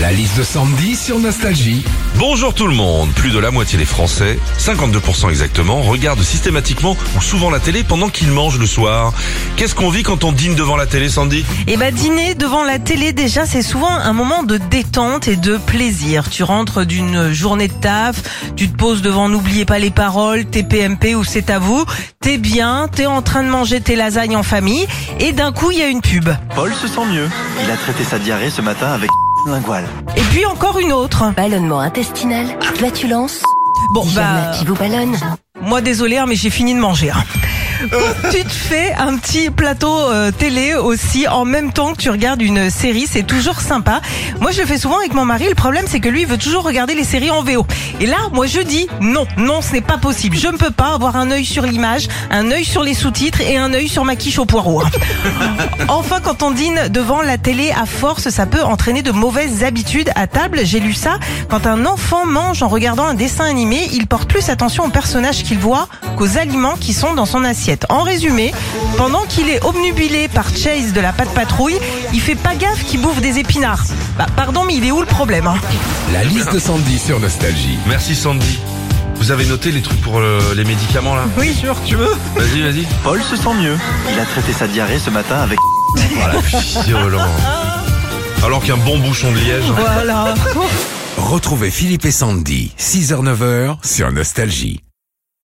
La liste de Sandy sur Nostalgie. Bonjour tout le monde. Plus de la moitié des Français, 52% exactement, regardent systématiquement ou souvent la télé pendant qu'ils mangent le soir. Qu'est-ce qu'on vit quand on dîne devant la télé, Sandy Et bah dîner devant la télé déjà c'est souvent un moment de détente et de plaisir. Tu rentres d'une journée de taf, tu te poses devant N'oubliez pas les paroles, TPMP ou C'est à vous, t'es bien, t'es en train de manger tes lasagnes en famille et d'un coup il y a une pub. Paul se sent mieux. Il a traité sa diarrhée ce matin avec lingual. Et puis encore une autre. Ballonnement intestinal, flatulence. Bon Il y en bah a qui vous ballonne. moi désolé mais j'ai fini de manger. hein. Ou tu te fais un petit plateau euh, télé aussi en même temps que tu regardes une série, c'est toujours sympa. Moi je le fais souvent avec mon mari, le problème c'est que lui il veut toujours regarder les séries en VO. Et là moi je dis non, non ce n'est pas possible, je ne peux pas avoir un œil sur l'image, un œil sur les sous-titres et un œil sur ma quiche au poireau. hein. Enfin, quand on dîne devant la télé à force, ça peut entraîner de mauvaises habitudes à table. J'ai lu ça. Quand un enfant mange en regardant un dessin animé, il porte plus attention aux personnages qu'il voit qu'aux aliments qui sont dans son assiette. En résumé, pendant qu'il est obnubilé par Chase de la patte patrouille, il fait pas gaffe qu'il bouffe des épinards. Bah, pardon, mais il est où le problème hein La liste de Sandy sur Nostalgie. Merci Sandy. Vous avez noté les trucs pour euh, les médicaments là Oui. sûr, tu veux Vas-y, vas-y. Paul se sent mieux. Il a traité sa diarrhée ce matin avec Voilà, violent. Alors qu'un bon bouchon de liège. hein. Voilà. Retrouvez Philippe et Sandy, 6h-9h sur Nostalgie.